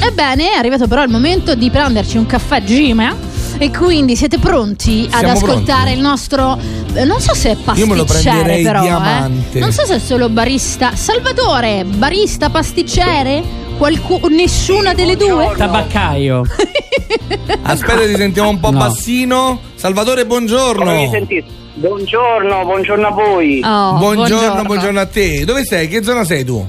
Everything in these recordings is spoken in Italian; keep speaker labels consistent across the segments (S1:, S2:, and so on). S1: Ebbene, è arrivato però il momento di prenderci un caffè Gima. E quindi siete pronti ad
S2: Siamo
S1: ascoltare
S2: pronti.
S1: il nostro. eh, Non so se è
S2: Io me lo
S1: pasticcere,
S2: prenderei
S1: però. eh.
S2: diamante.
S1: Non so se è solo barista. Salvatore, barista, pasticcere? Qualcu- nessuna delle due?
S3: Tabaccaio.
S2: Aspetta, ti sentiamo un po'
S3: No.
S2: bassino. Salvatore, buongiorno.
S4: Come mi sentite? Buongiorno, buongiorno a voi.
S1: Oh,
S2: buongiorno, buongiorno, a te. Dove sei? Che zona sei tu?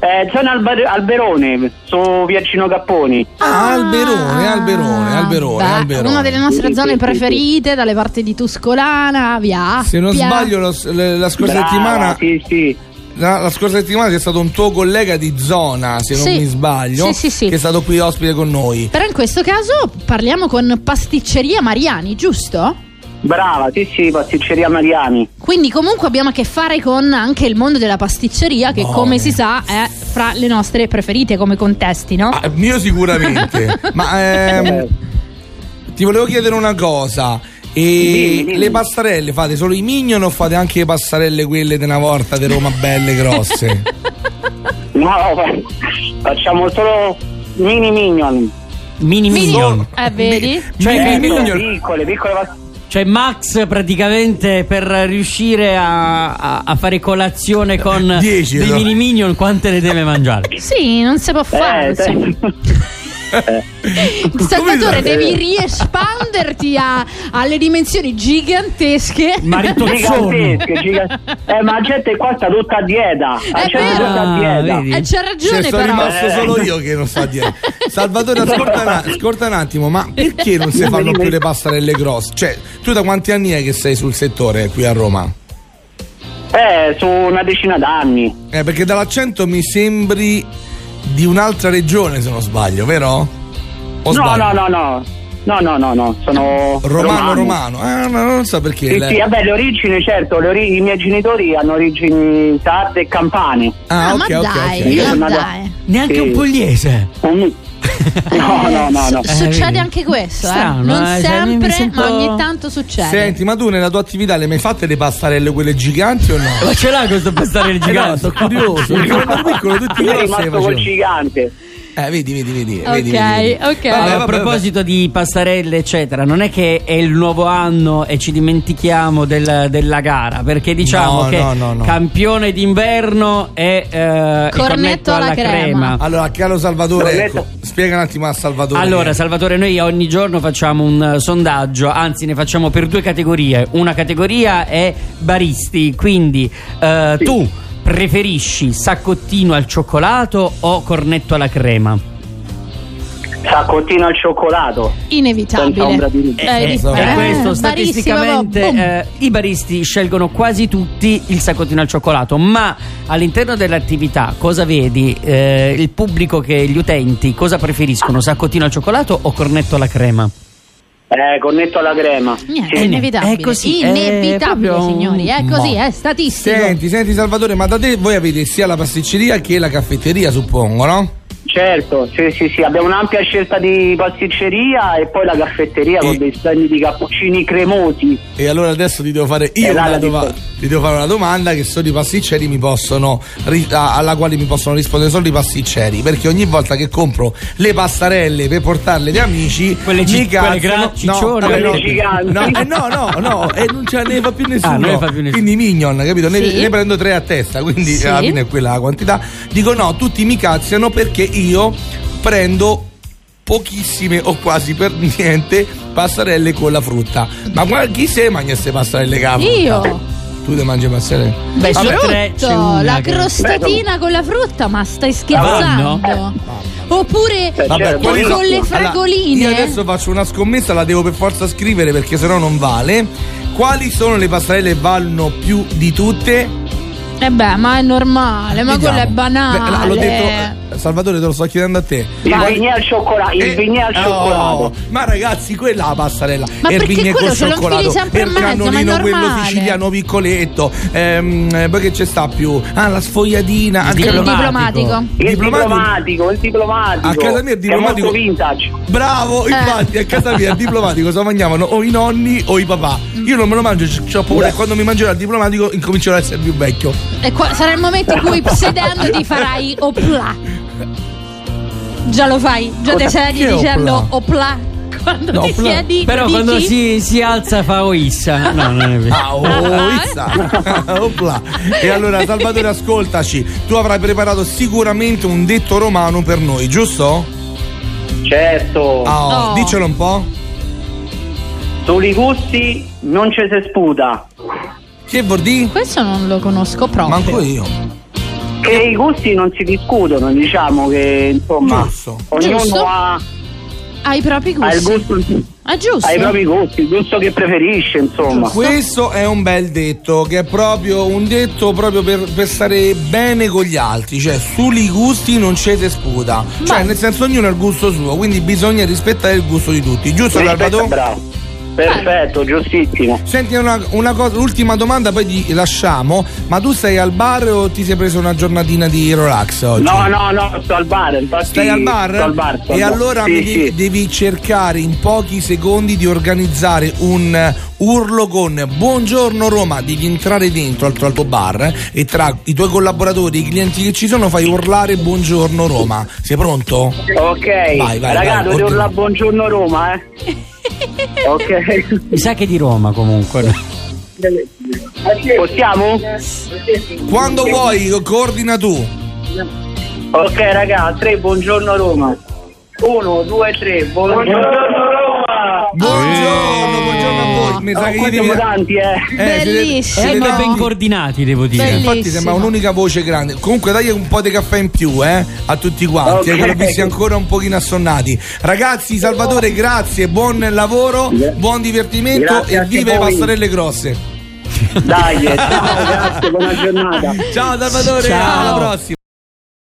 S4: Eh, zona Alba- Alberone, su Viaggino Capponi.
S2: Ah, Alberone, Alberone, Alberone,
S1: beh,
S2: Alberone.
S1: Una delle
S4: Sì,
S1: nostre
S4: sì,
S1: zone
S4: sì,
S1: preferite, dalle parti di Tuscolana, via.
S2: Se non
S1: Appia.
S2: sbaglio, lo- la, la scorsa
S4: Brava,
S2: settimana.
S4: Sì, sì.
S2: La, la scorsa settimana c'è stato un tuo collega di zona, se non
S1: Sì.
S2: mi sbaglio,
S1: Sì, sì, sì.
S2: che è stato qui ospite con noi.
S1: Però in questo caso parliamo con Pasticceria Mariani, giusto?
S4: Brava, sì, sì, pasticceria Mariani.
S1: Quindi comunque abbiamo a che fare con anche il mondo della pasticceria che
S2: Buone.
S1: come si sa è fra le nostre preferite come contesti, no?
S2: Ah, mio sicuramente. Ma
S4: Eh,
S2: ehm,
S4: Certo.
S2: ti volevo chiedere una cosa. E
S4: Dimmi, dimmi.
S2: le pastarelle fate solo i mignon o fate anche le pastarelle quelle di una volta di Roma belle grosse?
S4: No, facciamo solo mini minion.
S3: Mini Minion.
S1: Eh, vedi?
S2: Cioè,
S3: Cioè,
S2: i
S3: eh,
S2: minion-
S4: Piccole, piccole pas-
S3: Cioè Max praticamente per riuscire a, a- a fare colazione con
S2: Dieci,
S3: dei
S2: allora.
S3: mini minion quante ne deve mangiare?
S1: Sì, non si può fare.
S4: Eh,
S1: insomma.
S4: te-
S1: Salvatore,
S2: Come-
S1: devi riespanderti a- alle dimensioni gigantesche.
S3: Marito Zoni.
S4: gigantesche, giga- Eh, ma la gente qua sta tutta a dieta. La
S1: È
S4: gente
S1: vero.
S4: tutta a dieta.
S3: vedi?
S1: Eh, c'è
S2: Cioè,
S1: ragione
S2: sono
S1: però.
S2: rimasto
S4: Eh.
S2: solo io che non so dire. Salvatore, ascolta un, a- ascolta un attimo, ma perché non si fanno più le pastarelle grosse? Cioè, tu da quanti anni è che sei sul settore qui a Roma?
S4: Eh, su una decina d'anni.
S2: Eh, perché dall'accento mi sembri di un'altra regione, se non sbaglio, vero? O
S4: no,
S2: sbaglio?
S4: no, no, no. No, no, no, no, sono
S2: Romano,
S4: romano.
S2: romano. Eh, no, non so perché.
S4: Sì,
S2: lei-
S4: sì, vabbè, le origini, certo, le ori- i miei genitori hanno origini sarde e campane.
S2: Ah,
S1: Ah,
S2: ok,
S1: ma
S2: ok,
S1: dai,
S2: ok.
S4: Io sono
S1: ma
S4: nato-
S1: dai.
S3: Neanche
S4: Sì.
S3: un pugliese.
S4: Mm. No, no, no, no.
S2: Eh,
S1: S- succede
S3: vedi?
S1: anche questo, eh.
S3: Strano,
S1: non
S3: eh, cioè, mi-
S1: sempre,
S3: mi sento-
S1: ma ogni tanto succede.
S2: Senti, ma tu nella tua attività le hai mai fatte le pastarelle quelle giganti o no?
S3: Ma ce l'ha questo pastarello
S2: Eh no,
S3: gigante? Eh,
S2: sono curioso. perché Quando ero piccolo tutti i grossi
S4: Io sono
S2: le
S4: rimasto col
S2: facevano.
S4: gigante.
S2: Eh, vedi, vedi, vedi.
S1: Ok,
S2: vedi, vedi, vedi.
S1: ok.
S2: Eh, Vabbè,
S3: Allora, a
S2: vabbè,
S3: proposito di pastarelle, eccetera, non è che è il nuovo anno e ci dimentichiamo del- della gara, perché diciamo
S2: No,
S3: che
S2: no, no, no.
S3: campione d'inverno è eh, il cornetto alla, crema.
S2: vabbè. Allora, caro Salvatore,
S4: Cornetto.
S2: ecco, spiega un attimo a Salvatore.
S3: Allora, Salvatore, noi ogni giorno facciamo un eh, sondaggio, anzi, ne facciamo per due categorie. Una categoria è baristi, quindi eh,
S4: Sì.
S3: tu preferisci saccottino al cioccolato o cornetto alla crema?
S4: Saccottino al cioccolato. Senza ombra
S1: Inevitabile.
S4: di dubbio.
S1: Eh,
S3: Eh,
S1: eh, eh,
S3: per questo
S1: barissimo, boh.
S3: statisticamente
S1: boom.
S3: eh, i baristi scelgono quasi tutti il saccottino al cioccolato, ma all'interno dell'attività cosa vedi? Eh, il pubblico che gli utenti cosa preferiscono? Saccottino al cioccolato o cornetto alla crema?
S4: Eh, connetto alla crema.
S1: Niente,
S4: Sì.
S1: è inevitabile.
S3: è così, è
S1: inevitabile,
S3: proprio un-
S1: signori. È così,
S2: Mo.
S1: è statistico.
S2: Senti, senti Salvatore, ma da te voi avete sia la pasticceria che la caffetteria, suppongo, no?
S4: Certo, sì, sì, sì, abbiamo un'ampia scelta di pasticceria e poi la caffetteria
S2: E-
S4: con dei splendidi cappuccini cremosi.
S2: E allora adesso ti devo fare
S4: Eh,
S2: io
S4: là,
S2: una
S4: la
S2: doma-
S4: dico.
S2: ti devo fare una domanda che solo i pasticceri mi possono ri- a- alla quale mi possono rispondere solo i pasticceri, perché ogni volta che compro le pastarelle per portarle agli amici,
S3: Quelle ci-
S2: mi cazzano-
S3: quelle gran ciccione,
S2: vabbè,
S4: quelle giganti.
S2: no, eh, no, no, no, e non ce ne fa più nessuno.
S3: Ah, non ne fa più nessuno.
S2: Quindi mignon, capito? Ne,
S1: Sì.
S2: ne prendo tre a testa, quindi
S1: Sì.
S2: alla fine è quella la quantità. Dico no, tutti mi cazziano perché io prendo pochissime o quasi per niente pastarelle con la frutta. Ma guarda, chi se mangia queste pastarelle cavolo?
S1: Io.
S2: Tu le mangi pastarelle?
S3: Beh,
S1: Il
S3: su
S1: frutto,
S3: tre c'è una
S1: la
S3: che-
S1: crostatina con la frutta, ma stai scherzando?
S3: Vanno?
S1: Oppure
S4: Vabbè,
S1: con
S4: quali
S2: certo, no?
S1: le
S2: Allora,
S1: fragoline?
S2: io adesso faccio una scommessa, la devo per forza scrivere perché sennò non vale. Quali sono le pastarelle che vanno più di tutte?
S1: Eh beh, ma è normale, ma
S2: Vediamo.
S1: quello è banale.
S2: Beh, l'ho detto, eh, Salvatore, te lo sto chiedendo a te.
S4: Il
S2: Quali-
S4: vignè al cioccolato, Ah, il
S2: Eh,
S4: vignè al
S2: oh,
S4: cioccolato.
S2: ma ragazzi, quella è la pastarella.
S1: Ma
S2: E il
S1: perché
S2: vignè
S1: quello
S2: col
S1: se lo infili
S2: cioccolato,
S1: sempre
S2: il
S1: in mezzo, ma è
S2: cannolino, quello
S1: normale.
S2: siciliano piccoletto. Ehm, eh, poi che c'è sta più? Ah, la sfogliatina.
S3: Il
S1: Il
S2: anche la-
S3: Diplomatico.
S1: diplomatico.
S4: Il
S2: Diplomatico.
S4: diplomatico, il diplomatico.
S2: A casa mia il
S4: Che è molto
S2: diplomatico-
S4: vintage.
S1: Eh.
S2: Bravo, infatti, a casa mia il diplomatico se lo mangiavano o i nonni o i papà. Io non me lo mangio, c- c'ho paura. e Quando mi mangerò il diplomatico incomincerò ad essere più vecchio.
S1: E qua- sarà il momento in cui sedendo ti farai oplà. Già lo fai, già ti siedi
S2: Che opla?
S1: dicendo opla quando
S2: No,
S1: ti
S2: opla.
S1: siedi.
S3: Però
S1: dici,
S3: quando si, si alza fa oissa. No, non è vero.
S2: Ah, oh, izza. Opla. E allora Salvatore ascoltaci, tu avrai preparato sicuramente un detto romano per noi, giusto?
S4: Certo,
S2: Ah, oh,
S1: Oh.
S2: Dicelo un po'.
S4: soli gusti non ce se sputa.
S2: Che vuol dire?
S1: Questo non lo conosco proprio.
S2: Manco io.
S4: Che i gusti non si discutono, diciamo che insomma
S2: Giusto.
S4: ognuno
S1: Giusto.
S4: ha,
S1: Hai i propri
S4: ha il
S1: gusti.
S4: gusto,
S1: Ah, giusto.
S4: ha i propri gusti, il gusto che preferisce, insomma.
S2: Questo è un bel detto, che è proprio un detto proprio per, per stare bene con gli altri, cioè sui gusti non c'è se sputa. Cioè, nel senso ognuno ha il gusto suo, quindi bisogna rispettare il gusto di tutti, giusto
S4: Rispetto-
S2: Salvatore?
S4: bravo. Perfetto, giustissimo.
S2: Senti una, una cosa, l'ultima domanda, poi ti lasciamo. Ma tu sei al bar o ti sei preso una giornatina di relax oggi?
S4: No, no, no, sto al bar, infatti.
S2: Stai al bar?
S4: Sto al bar. sto al
S2: e
S4: bar.
S2: allora
S4: Sì,
S2: mi devi,
S4: sì.
S2: devi cercare in pochi secondi di organizzare un eh, urlo con Buongiorno Roma, devi entrare dentro al tuo, al tuo bar eh, e tra i tuoi collaboratori, i clienti che ci sono, fai urlare Buongiorno Roma. Sei pronto?
S4: Ok,
S2: Vai, vai,
S4: raga,
S2: vai,
S4: dovete
S2: ordina.
S4: urlare buongiorno Roma, eh. ok.
S3: Mi sa che di Roma comunque.
S4: Possiamo?
S2: Quando vuoi, co- coordina tu.
S4: Ok, raga, 3 buongiorno Roma. 1 2 3 buongiorno Roma.
S2: Buongiorno, buongiorno a voi. Mi sa che
S4: Qua
S2: io
S4: siamo
S2: devi-
S4: tanti, eh.
S2: Eh, siete-
S3: E
S1: Bellissimo.
S2: siete
S1: Sì,
S3: anche
S1: no.
S3: ben coordinati, devo dire.
S2: Sì,
S1: Bellissimo.
S2: infatti sembra un'unica voce grande. Comunque dai un po' di caffè in più, eh, a tutti quanti,
S4: Ok.
S2: eh, che l'ho visti ancora un pochino assonnati. Ragazzi, Salvatore, grazie, buon lavoro, buon divertimento
S4: Grazie
S2: e
S4: anche
S2: vive
S4: a
S2: le
S4: voi.
S2: pastorelle grosse.
S4: Dai, eh, ciao, grazie, buona giornata.
S2: Ciao Salvatore,
S3: Ciao.
S2: alla prossima.